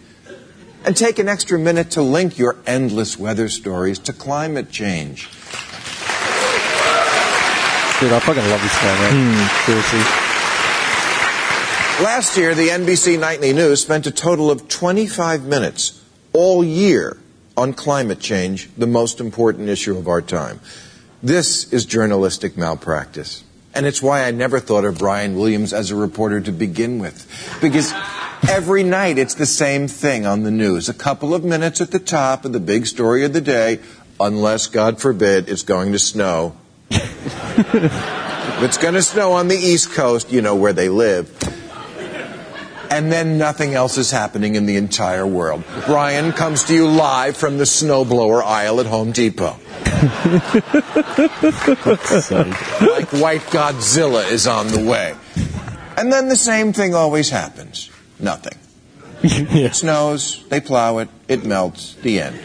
C: and take an extra minute to link your endless weather stories to climate change.
A: Dude, I fucking love this guy, man. Seriously.
C: Last year, the NBC Nightly News spent a total of 25 minutes all year on climate change, the most important issue of our time. This is journalistic malpractice. And it's why I never thought of Brian Williams as a reporter to begin with. Because every night it's the same thing on the news. A couple of minutes at the top of the big story of the day, unless, God forbid, it's going to snow if it's going to snow on the East Coast, you know where they live. And then nothing else is happening in the entire world. Brian comes to you live from the snowblower aisle at Home Depot. like White Godzilla is on the way. And then the same thing always happens nothing. It snows, they plow it, it melts, the end.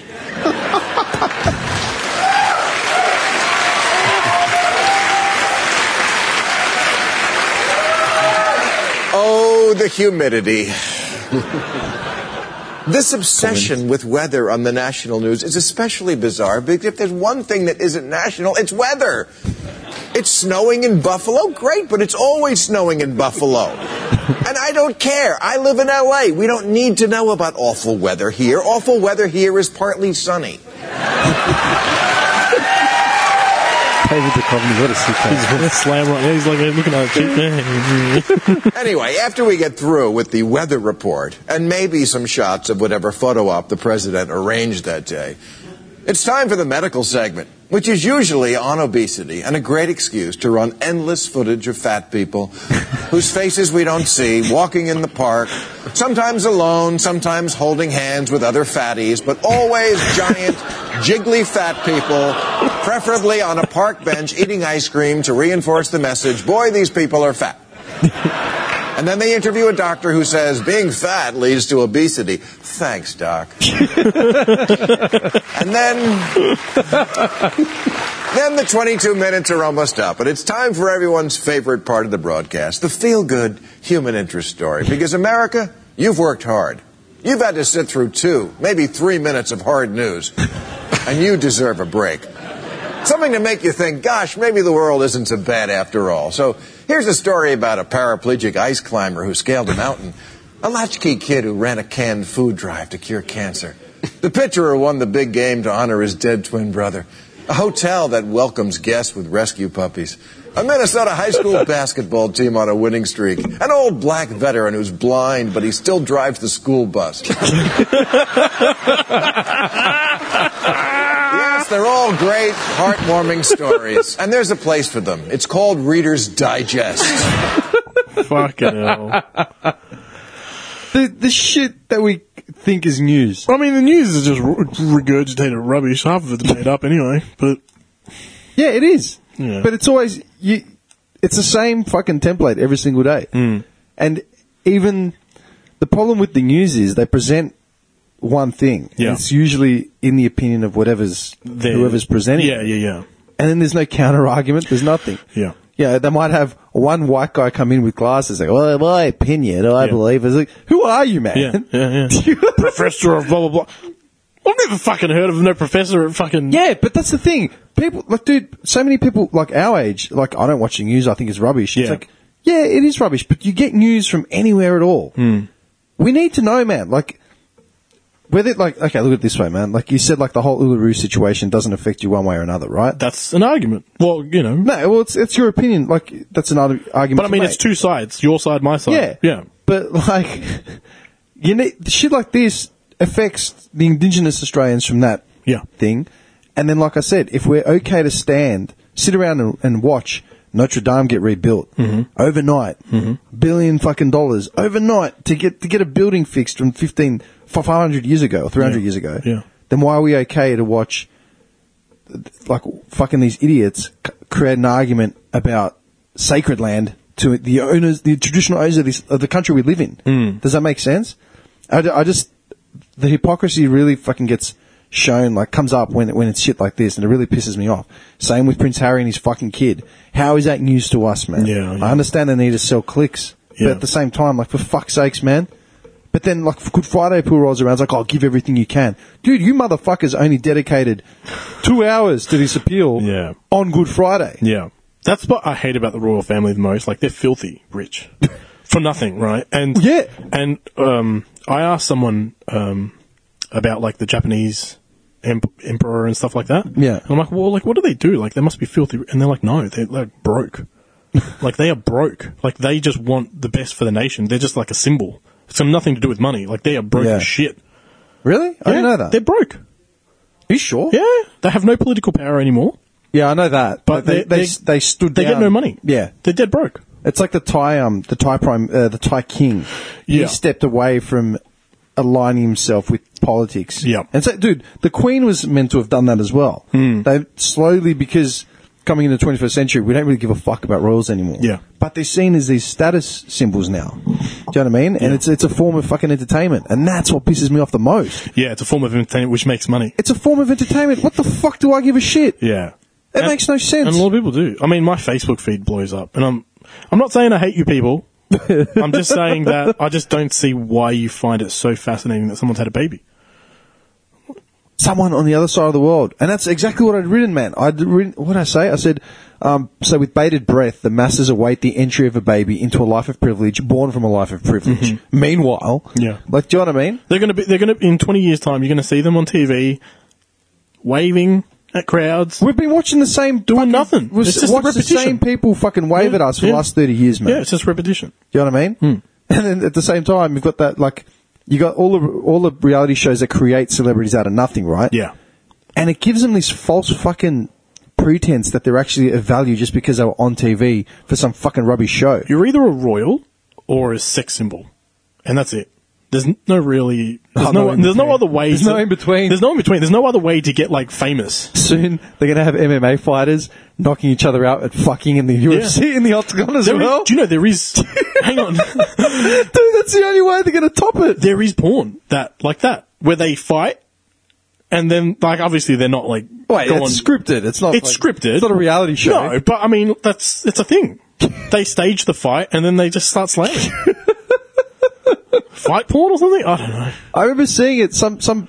C: Oh, the humidity. this obsession with weather on the national news is especially bizarre because if there's one thing that isn't national, it's weather. It's snowing in Buffalo? Great, but it's always snowing in Buffalo. And I don't care. I live in LA. We don't need to know about awful weather here. Awful weather here is partly sunny.
A: David Duchovny, what a sick
B: He's slam right there. He's like looking at a chick there.
C: Anyway, after we get through with the weather report and maybe some shots of whatever photo op the president arranged that day, it's time for the medical segment, which is usually on obesity and a great excuse to run endless footage of fat people whose faces we don't see walking in the park, sometimes alone, sometimes holding hands with other fatties, but always giant, jiggly fat people, preferably on a park bench eating ice cream to reinforce the message boy, these people are fat. And then they interview a doctor who says being fat leads to obesity. Thanks, doc. and then then the 22 minutes are almost up, and it's time for everyone's favorite part of the broadcast, the feel-good human interest story. Because America, you've worked hard. You've had to sit through two, maybe 3 minutes of hard news, and you deserve a break. Something to make you think, gosh, maybe the world isn't so bad after all. So here's a story about a paraplegic ice climber who scaled a mountain, a latchkey kid who ran a canned food drive to cure cancer. The pitcher who won the big game to honor his dead twin brother, a hotel that welcomes guests with rescue puppies, a Minnesota high school basketball team on a winning streak, an old black veteran who's blind but he still drives the school bus. yes, they're all great, heartwarming stories, and there's a place for them. It's called Reader's Digest.
B: Fucking hell.
A: The, the shit that we think is news.
B: I mean, the news is just r- regurgitated rubbish. Half of it's made up anyway. But
A: Yeah, it is.
B: Yeah.
A: But it's always you. It's the same fucking template every single day.
B: Mm.
A: And even the problem with the news is they present one thing.
B: Yeah.
A: It's usually in the opinion of whatever's
B: the-
A: whoever's presenting.
B: Yeah, yeah, yeah.
A: And then there's no counter argument. There's nothing.
B: Yeah.
A: Yeah, they might have one white guy come in with glasses. Like, well, my opinion, I
B: Yeah.
A: believe is like, who are you, man?
B: Yeah, yeah, yeah. professor of blah, blah, blah. I've never fucking heard of no professor at fucking.
A: Yeah, but that's the thing. People, like, dude, so many people, like our age, like, I don't watch the news. I think it's rubbish. It's
B: Yeah.
A: like, yeah, it is rubbish, but you get news from anywhere at all.
B: Hmm.
A: We need to know, man. Like, whether, like, okay, look at it this way, man. Like, you said, like, the whole Uluru situation doesn't affect you one way or another, right?
B: That's an argument. Well, you know.
A: No, well, it's, it's your opinion. Like, that's another argument.
B: But I
A: to
B: mean,
A: make.
B: it's two sides your side, my side.
A: Yeah.
B: Yeah.
A: But like, you need shit like this affects the Indigenous Australians from that
B: Yeah.
A: thing. And then, like I said, if we're okay to stand, sit around and, and watch Notre Dame get rebuilt
B: Mm-hmm.
A: overnight, billion fucking dollars overnight to get to get a building fixed from 15, 500 years ago or 300
B: Yeah.
A: years ago,
B: Yeah.
A: then why are we okay to watch like fucking these idiots c- create an argument about sacred land to the owners, the traditional owners of, this, of the country we live in.
B: Hmm.
A: Does that make sense? I, d- I just the hypocrisy really fucking gets shown, like comes up when when it's shit like this, and it really pisses me off. Same with Prince Harry and his fucking kid. How is that news to us, man?
B: Yeah, yeah.
A: I understand they need to sell clicks,
B: Yeah.
A: but at the same time, like for fuck's sakes, man. But then, like, Good Friday pool rolls around. It's like, I'll give everything you can. Dude, you motherfuckers only dedicated two hours to this appeal
B: Yeah.
A: on Good Friday.
B: Yeah. That's what I hate about the royal family the most. Like, they're filthy rich. For nothing, right? And
A: Yeah.
B: And um, I asked someone um, about, like, the Japanese em- emperor and stuff like that.
A: Yeah.
B: And I'm like, well, like, what do they do? Like, they must be filthy. And they're like, no, they're like broke. like, they are broke. Like, they just want the best for the nation. They're just like a symbol. It's got nothing to do with money. Like, they are broke
A: Yeah.
B: as shit.
A: Really? I
B: Yeah,
A: didn't know that.
B: They're broke.
A: you sure?
B: Yeah. They have no political power anymore.
A: Yeah, I know that.
B: But
A: they,
B: they-
A: they,
B: they-
A: they, stood
B: They get
A: down.
B: no money.
A: Yeah.
B: They're dead broke.
A: It's like the Thai, um, the Thai prime, uh, the Thai king.
B: Yeah.
A: He stepped away from aligning himself with politics.
B: Yeah. Hmm.
A: And so, dude, the queen was meant to have done that as well. They slowly, because coming into the 21st century, we don't really give a fuck about royals anymore.
B: Yeah.
A: But they're seen as these status symbols now. Do you know what I mean? And it's, it's a form of fucking entertainment. And that's what pisses me off the most.
B: Yeah, it's a form of entertainment which makes money.
A: It's a form of entertainment. What the fuck do I give a shit?
B: Yeah.
A: It makes no sense.
B: And a lot of people do. I mean, my Facebook feed blows up, and I'm I'm not saying I hate you people. I'm just saying that I just don't see why you find it so fascinating that someone's had a baby.
A: someone on the other side of the world. And that's exactly what I'd written, man. I'd written, what did I say? I said, um, so with bated breath, the masses await the entry of a baby into a life of privilege, born from a life of privilege. Meanwhile,
B: Mm-hmm. Yeah.
A: like, do you know what I mean?
B: They're gonna be. They're gonna in 20 years' time. You're gonna see them on TV, waving at crowds.
A: We've been watching the same
B: Doing
A: fucking-
B: nothing.
A: We've
B: It's just
A: watched the
B: repetition.
A: same people fucking wave
B: Yeah,
A: at us for
B: yeah.
A: the last thirty years, man.
B: Yeah, Hmm. it's just repetition.
A: Do you know what I mean? And then at the same time, you've got that like you got all the all the reality shows that create celebrities out of nothing, right?
B: Yeah.
A: and it gives them this false fucking pretense that they're actually of value just because they were on TV for some fucking rubbish show.
B: You're either a royal or a sex symbol, and that's it. There's n- no really. There's
A: Oh,
B: no.
A: no in
B: there's no
A: between.
B: other way.
A: There's
B: to-
A: no in between.
B: There's no in between. There's no other way to get like famous.
A: Soon they're going to have MMA fighters knocking each other out at fucking in the UFC in the octagon as
B: There is-
A: well.
B: do you know there is? hang on.
A: Dude, that's the only way they're going to top it.
B: there is porn that like that where they fight, and then like obviously they're not like
A: Wait,
B: gone-
A: it's scripted. It's not.
B: It's
A: like-
B: scripted.
A: It's not a reality show.
B: No, but I mean that's it's a thing. they stage the fight and then they just start slamming. fight porn or something? I don't know.
A: I remember seeing it. Some some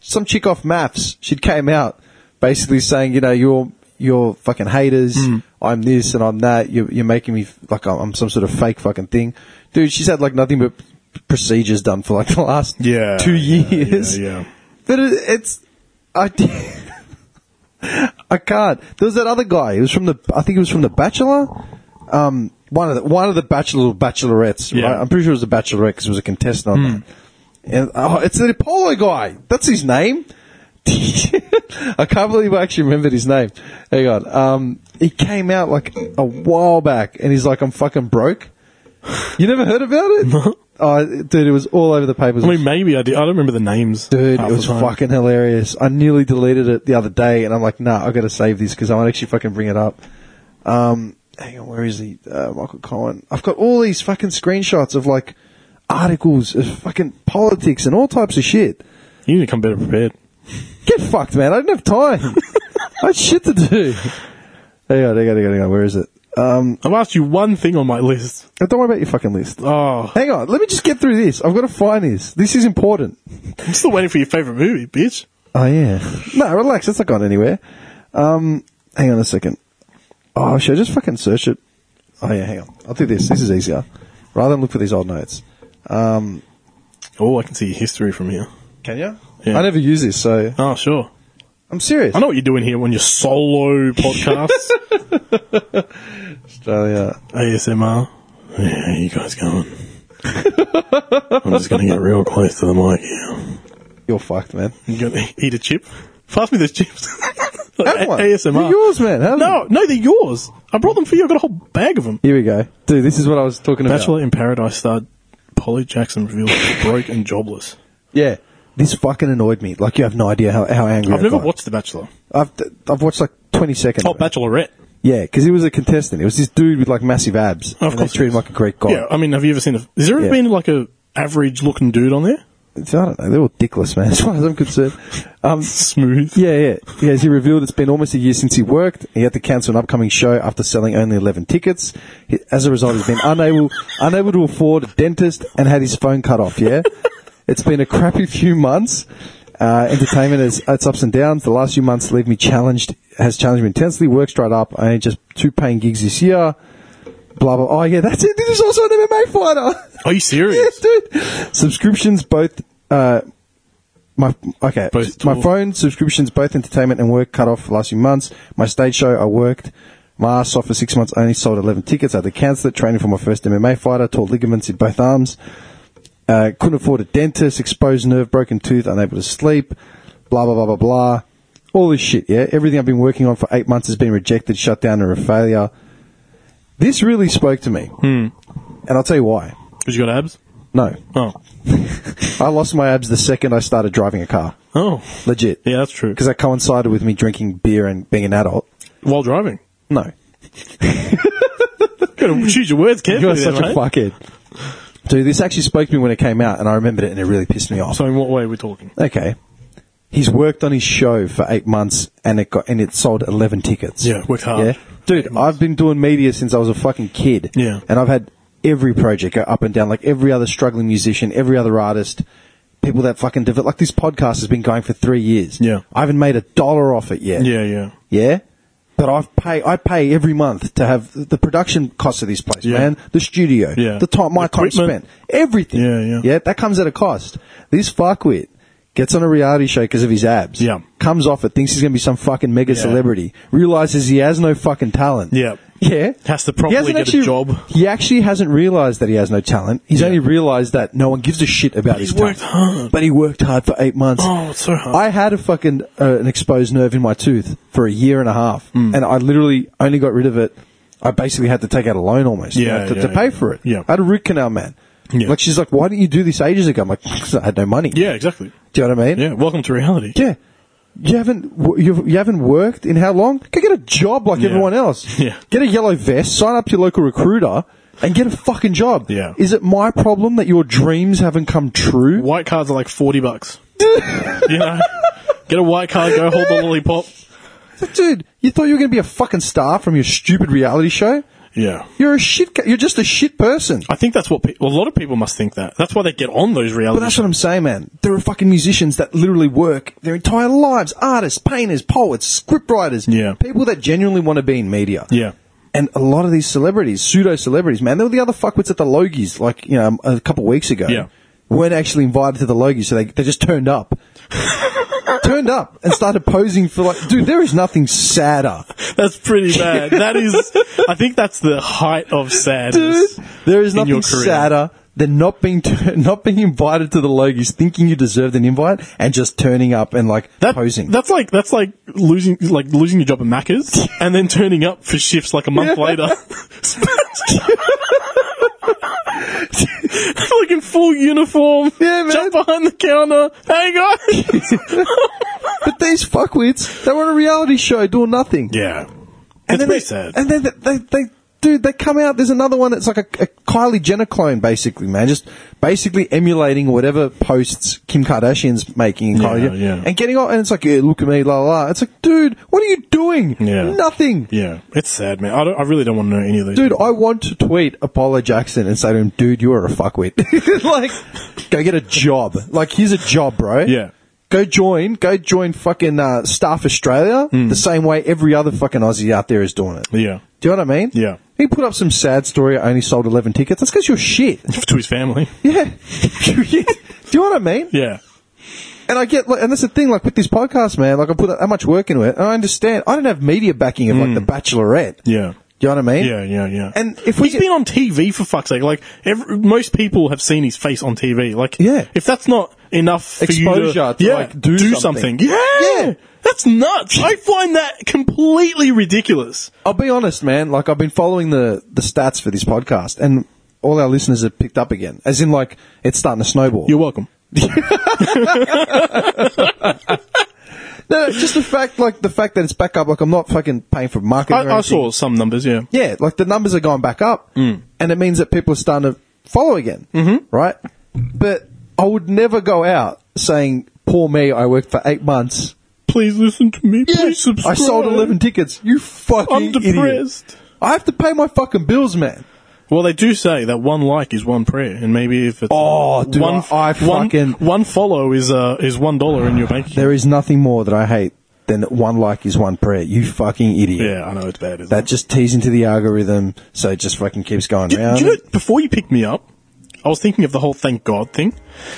A: some chick off maths. She came out basically saying, you know, you're you're fucking haters.
B: Hmm.
A: I'm this and I'm that. You're, you're making me f- like I'm, I'm some sort of fake fucking thing, dude. She's had like nothing but procedures done for like the last
B: Yeah,
A: two
B: yeah,
A: years.
B: yeah, yeah.
A: But it, it's I. I can't. There was that other guy. He was from the. I think he was from the Bachelor. Um, one of the one of the Bachelor or Bachelorettes.
B: Yeah. Hmm.
A: Right? I'm pretty sure it was the Bachelorette because it was a contestant on that. And oh, it's the Apollo guy. That's his name. I can't believe I actually remembered his name. Hang on. Um, he came out like a while back, and he's like, "I'm fucking broke." You never heard about it?
B: No.
A: Oh, dude, it was all over the papers.
B: I mean, maybe I did. I don't remember the names.
A: Dude,
B: half
A: it was
B: the time.
A: fucking hilarious. I nearly deleted it the other day, and I'm like, nah, I gotta save this because I want to actually fucking bring it up. Um, hang on, where is he? Uh, Michael Cohen. I've got all these fucking screenshots of like articles of fucking politics and all types of shit.
B: You need to come better prepared.
A: Get fucked, man. I didn't have time. I had shit to do. Hang on, hang on, hang on, hang on. Where is it? Um,
B: I've asked you one thing on my list.
A: don't worry about your fucking list.
B: Oh,
A: Hang on, let me just get through this. I've got to find this. This is important.
B: I'm still waiting for your favorite movie, bitch.
A: Oh yeah. No, relax. It's not gone anywhere. Um, hang on a second. Oh, should I just fucking search it? Oh yeah, hang on. I'll do this. This is easier. Rather than look for these old notes.
B: Oh, I can see your history from here.
A: Can you?
B: Yeah.
A: I never use this, so
B: Oh, sure.
A: I'm serious.
B: I know what you're doing here on your solo podcasts.
A: Australia.
B: ASMR. Yeah, you guys going? I'm just going to get real close to the mic here.
A: You're fucked, man.
B: You going to eat a chip? Pass me those chips.
A: Have
B: A-
A: one.
B: ASMR.
A: They're yours, man. Have
B: No,
A: them.
B: no, they're yours. I brought them for you. I got a whole bag of them.
A: Here we go, dude. This is what I was talking about.
B: Bachelor in Paradise starred Polly Jackson revealed she's broke and jobless.
A: Yeah. This fucking annoyed me. Like you have no idea how, how angry
B: I've
A: I
B: never
A: got.
B: watched The Bachelor.
A: I've I've watched like 20 seconds.
B: Oh,
A: of it.
B: Bachelorette.
A: Yeah, because he was a contestant. It was this dude with like massive abs. and
B: course
A: they treated him
B: it
A: like a Greek god.
B: Yeah, I mean, have you ever seen a? Has there ever
A: Yeah.
B: been like a average looking dude on there?
A: It's- I don't know. They're all dickless, man. As far as I'm concerned. Um,
B: Smooth.
A: yeah, yeah. Yeah, As he revealed, it's been almost a year since he worked. He had to cancel an upcoming show after selling only 11 tickets. He, as a result, he's been unable, unable to afford a dentist and had his phone cut off. Yeah. it's been a crappy few months. Uh, entertainment is its ups and downs. The last few months leave me challenged, has challenged me intensely. Work's dried up. I only just two paying gigs this year. Blah, blah. Oh, yeah, that's it. This is also an MMA fighter.
B: Are you serious?
A: Yeah, dude. Subscriptions both. Uh, my okay.
B: Both
A: my
B: tool.
A: phone subscriptions, both entertainment and work, cut off last few months. My stage show, I worked my ass off for six months. Only sold eleven tickets. I had to cancel it. Training for my first MMA fighter. Tore ligaments in both arms. Uh, couldn't afford a dentist. Exposed nerve, broken tooth, unable to sleep. Blah blah blah blah blah. All this shit. Yeah, everything I've been working on for eight months has been rejected, shut down, or a failure. This really spoke to me, and I'll tell you why.
B: Because you got abs.
A: No,
B: Oh,
A: I lost my abs the second I started driving a car.
B: oh,
A: Legit.
B: yeah, that's true.
A: Because that coincided with me drinking beer and being an adult.
B: While driving,
A: No.
B: got to choose your words
A: You are
B: carefully.
A: such
B: there,
A: a
B: mate.
A: fuckhead. Dude, this actually spoke to me when it came out, and I remembered it, and it really pissed me off.
B: So, in what way are we talking?
A: okay. He's worked on his show for eight months, and it got and it sold eleven tickets.
B: Yeah, worked hard.
A: Yeah, dude, I've been doing media since I was a fucking kid.
B: Yeah.
A: and I've had every project go up and down, like every other struggling musician, every other artist, people that fucking develop. Like this podcast has been going for three years.
B: Yeah.
A: I haven't made a dollar off it yet.
B: Yeah, yeah.
A: Yeah. But I pay I pay every month to have the production costs of this place,
B: Yeah.
A: man. The studio,
B: Yeah.
A: the time, my time
B: Equipment.
A: spent, everything.
B: Yeah, yeah.
A: Yeah, that comes at a cost. This fuckwit gets on a reality show because of his abs.
B: Yeah.
A: comes off it, thinks he's going to be some fucking mega
B: Yeah.
A: celebrity, realizes he has no fucking talent.
B: Yeah.
A: yeah.
B: Has to
A: He
B: properly
A: hasn't
B: get a job.
A: He actually hasn't realized that he has no talent. He's
B: Yeah.
A: only realized that no one gives a shit about his
B: he's worked
A: talent.
B: hard.
A: But he worked hard for eight months.
B: Oh, it's so hard.
A: I had a fucking uh, an exposed nerve in my tooth for a year and a half,
B: Mm.
A: and I literally only got rid of it. I basically had to take out a loan almost, you
B: Yeah,
A: know, to,
B: yeah,
A: to pay
B: yeah.
A: for it.
B: Yeah.
A: I had a root canal, man.
B: Yeah.
A: Like she's like, why didn't you do this ages ago? I'm like, 'cause I had no money.
B: yeah, exactly.
A: do you know what I mean?
B: Yeah, welcome to reality.
A: yeah. You haven't w- you've, you haven't worked in how long? Go get a job like
B: Yeah.
A: everyone else.
B: Yeah.
A: Get a yellow vest, sign up to your local recruiter, and get a fucking job.
B: Yeah.
A: Is it my problem that your dreams haven't come true?
B: White cards are like forty bucks. you know, get a white card, go hold the lollipop.
A: Dude, you thought you were going to be a fucking star from your stupid reality show?
B: Yeah.
A: You're a shit. ca- You're just a shit person.
B: I think that's what pe- well, a lot of people must think that. That's why they get on those reality.
A: But that's what I'm saying, man. There are fucking musicians that literally work their entire lives. Artists, painters, poets, scriptwriters.
B: Yeah.
A: People that genuinely want to be in media.
B: Yeah.
A: And a lot of these celebrities, pseudo celebrities, man, they were the other fuckwits at the Logies, like, you know, a couple weeks ago.
B: Yeah.
A: Weren't actually invited to the Logies, so they, they just turned up. turned up and started posing for like, dude, there is nothing sadder.
B: That's pretty bad. That is, I think that's the height of sadness.
A: Dude, there is
B: in your
A: nothing
B: career.
A: sadder than not being tur- not being invited to the Logies, thinking you deserved an invite, and just turning up and like
B: That,
A: posing.
B: That's like that's like losing like losing your job at Macca's and then turning up for shifts like a month
A: Yeah.
B: later. like in full uniform.
A: Yeah, man.
B: Jump behind the counter. Hey guys.
A: but these fuckwits, they were on a reality show doing nothing.
B: yeah.
A: and
B: it's
A: then
B: pretty
A: they,
B: sad.
A: And then they, they, they dude, they come out. There's another one that's like a, a Kylie Jenner clone, basically, man. Just basically emulating whatever posts Kim Kardashian's making. in
B: Yeah,
A: Kylie Jenner.
B: yeah.
A: And getting on, and it's like, yeah, look at me, la la. la. It's like, dude, what are you doing?
B: Yeah.
A: Nothing.
B: yeah, it's sad, man. I, don't, I really don't want to know any of these.
A: Dude, I want to tweet Apollo Jackson and say to him, dude, you are a fuckwit. like, go get a job. Like, here's a job, bro.
B: Yeah.
A: Go join, go join fucking uh, Staff Australia
B: Hmm.
A: the same way every other fucking Aussie out there is doing it.
B: Yeah,
A: Do you know what I mean?
B: Yeah.
A: He put up some sad story. I only sold 11 tickets. That's because you're shit.
B: to his family.
A: Yeah. Do you know what I mean?
B: Yeah,
A: And I get, like, and that's the thing, like with this podcast, man, like I put that much work into it, and I understand. I don't have media backing of like The Bachelorette.
B: yeah,
A: Do you know what I mean?
B: Hmm. yeah, yeah, yeah.
A: And if we
B: He's been on TV for fuck's sake. Like every, most people have seen his face on TV. Like
A: Yeah.
B: if that's not enough for you
A: Exposure
B: to,
A: to, like, do something.
B: Yeah.
A: Yeah.
B: That's nuts. I find that completely ridiculous.
A: I'll be honest, man. Like I've been following the the stats for this podcast, and all our listeners have picked up again. As in, like it's starting to snowball.
B: You're welcome.
A: No, no, just the fact, like the fact that it's back up. Like I'm not fucking paying for marketing.
B: I,
A: or
B: I
A: anything.
B: saw Mm. some numbers. Yeah.
A: Yeah, like the numbers are going back up, and it means that people are starting to follow again, mm-hmm. right? But I would never go out saying, "Poor me, I worked for eight months.
B: Please listen to me. Please subscribe.
A: I sold eleven tickets. You fucking
B: I'm
A: idiot.
B: depressed.
A: I have to pay my fucking bills, man."
B: Well, they do say that one like is one prayer, and maybe if it's
A: Oh, dude,
B: one,
A: I- I
B: one-
A: fucking-
B: one follow is uh is one dollar in your bank. account.
A: There is nothing more that I hate than one like is one prayer. You fucking idiot.
B: Yeah, I know it's bad. Isn't it?
A: That just tees into the algorithm, so it just fucking keeps going
B: Do,
A: round.
B: do you know, before you picked me up, I was thinking of the whole thank God thing.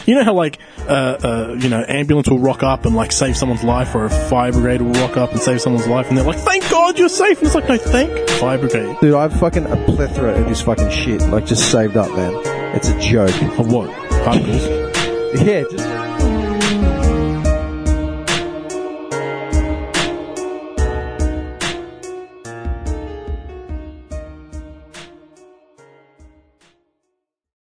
B: You know how, like, uh, uh, you know, ambulance will rock up and, like, save someone's life, or a fire brigade will rock up and save someone's life, and they're like, thank God you're safe. And it's like, no, thank fire brigade.
A: Dude, I have fucking a plethora of this fucking shit, like just saved up, man. It's a joke.
B: Of what? Particles.
A: Yeah, just.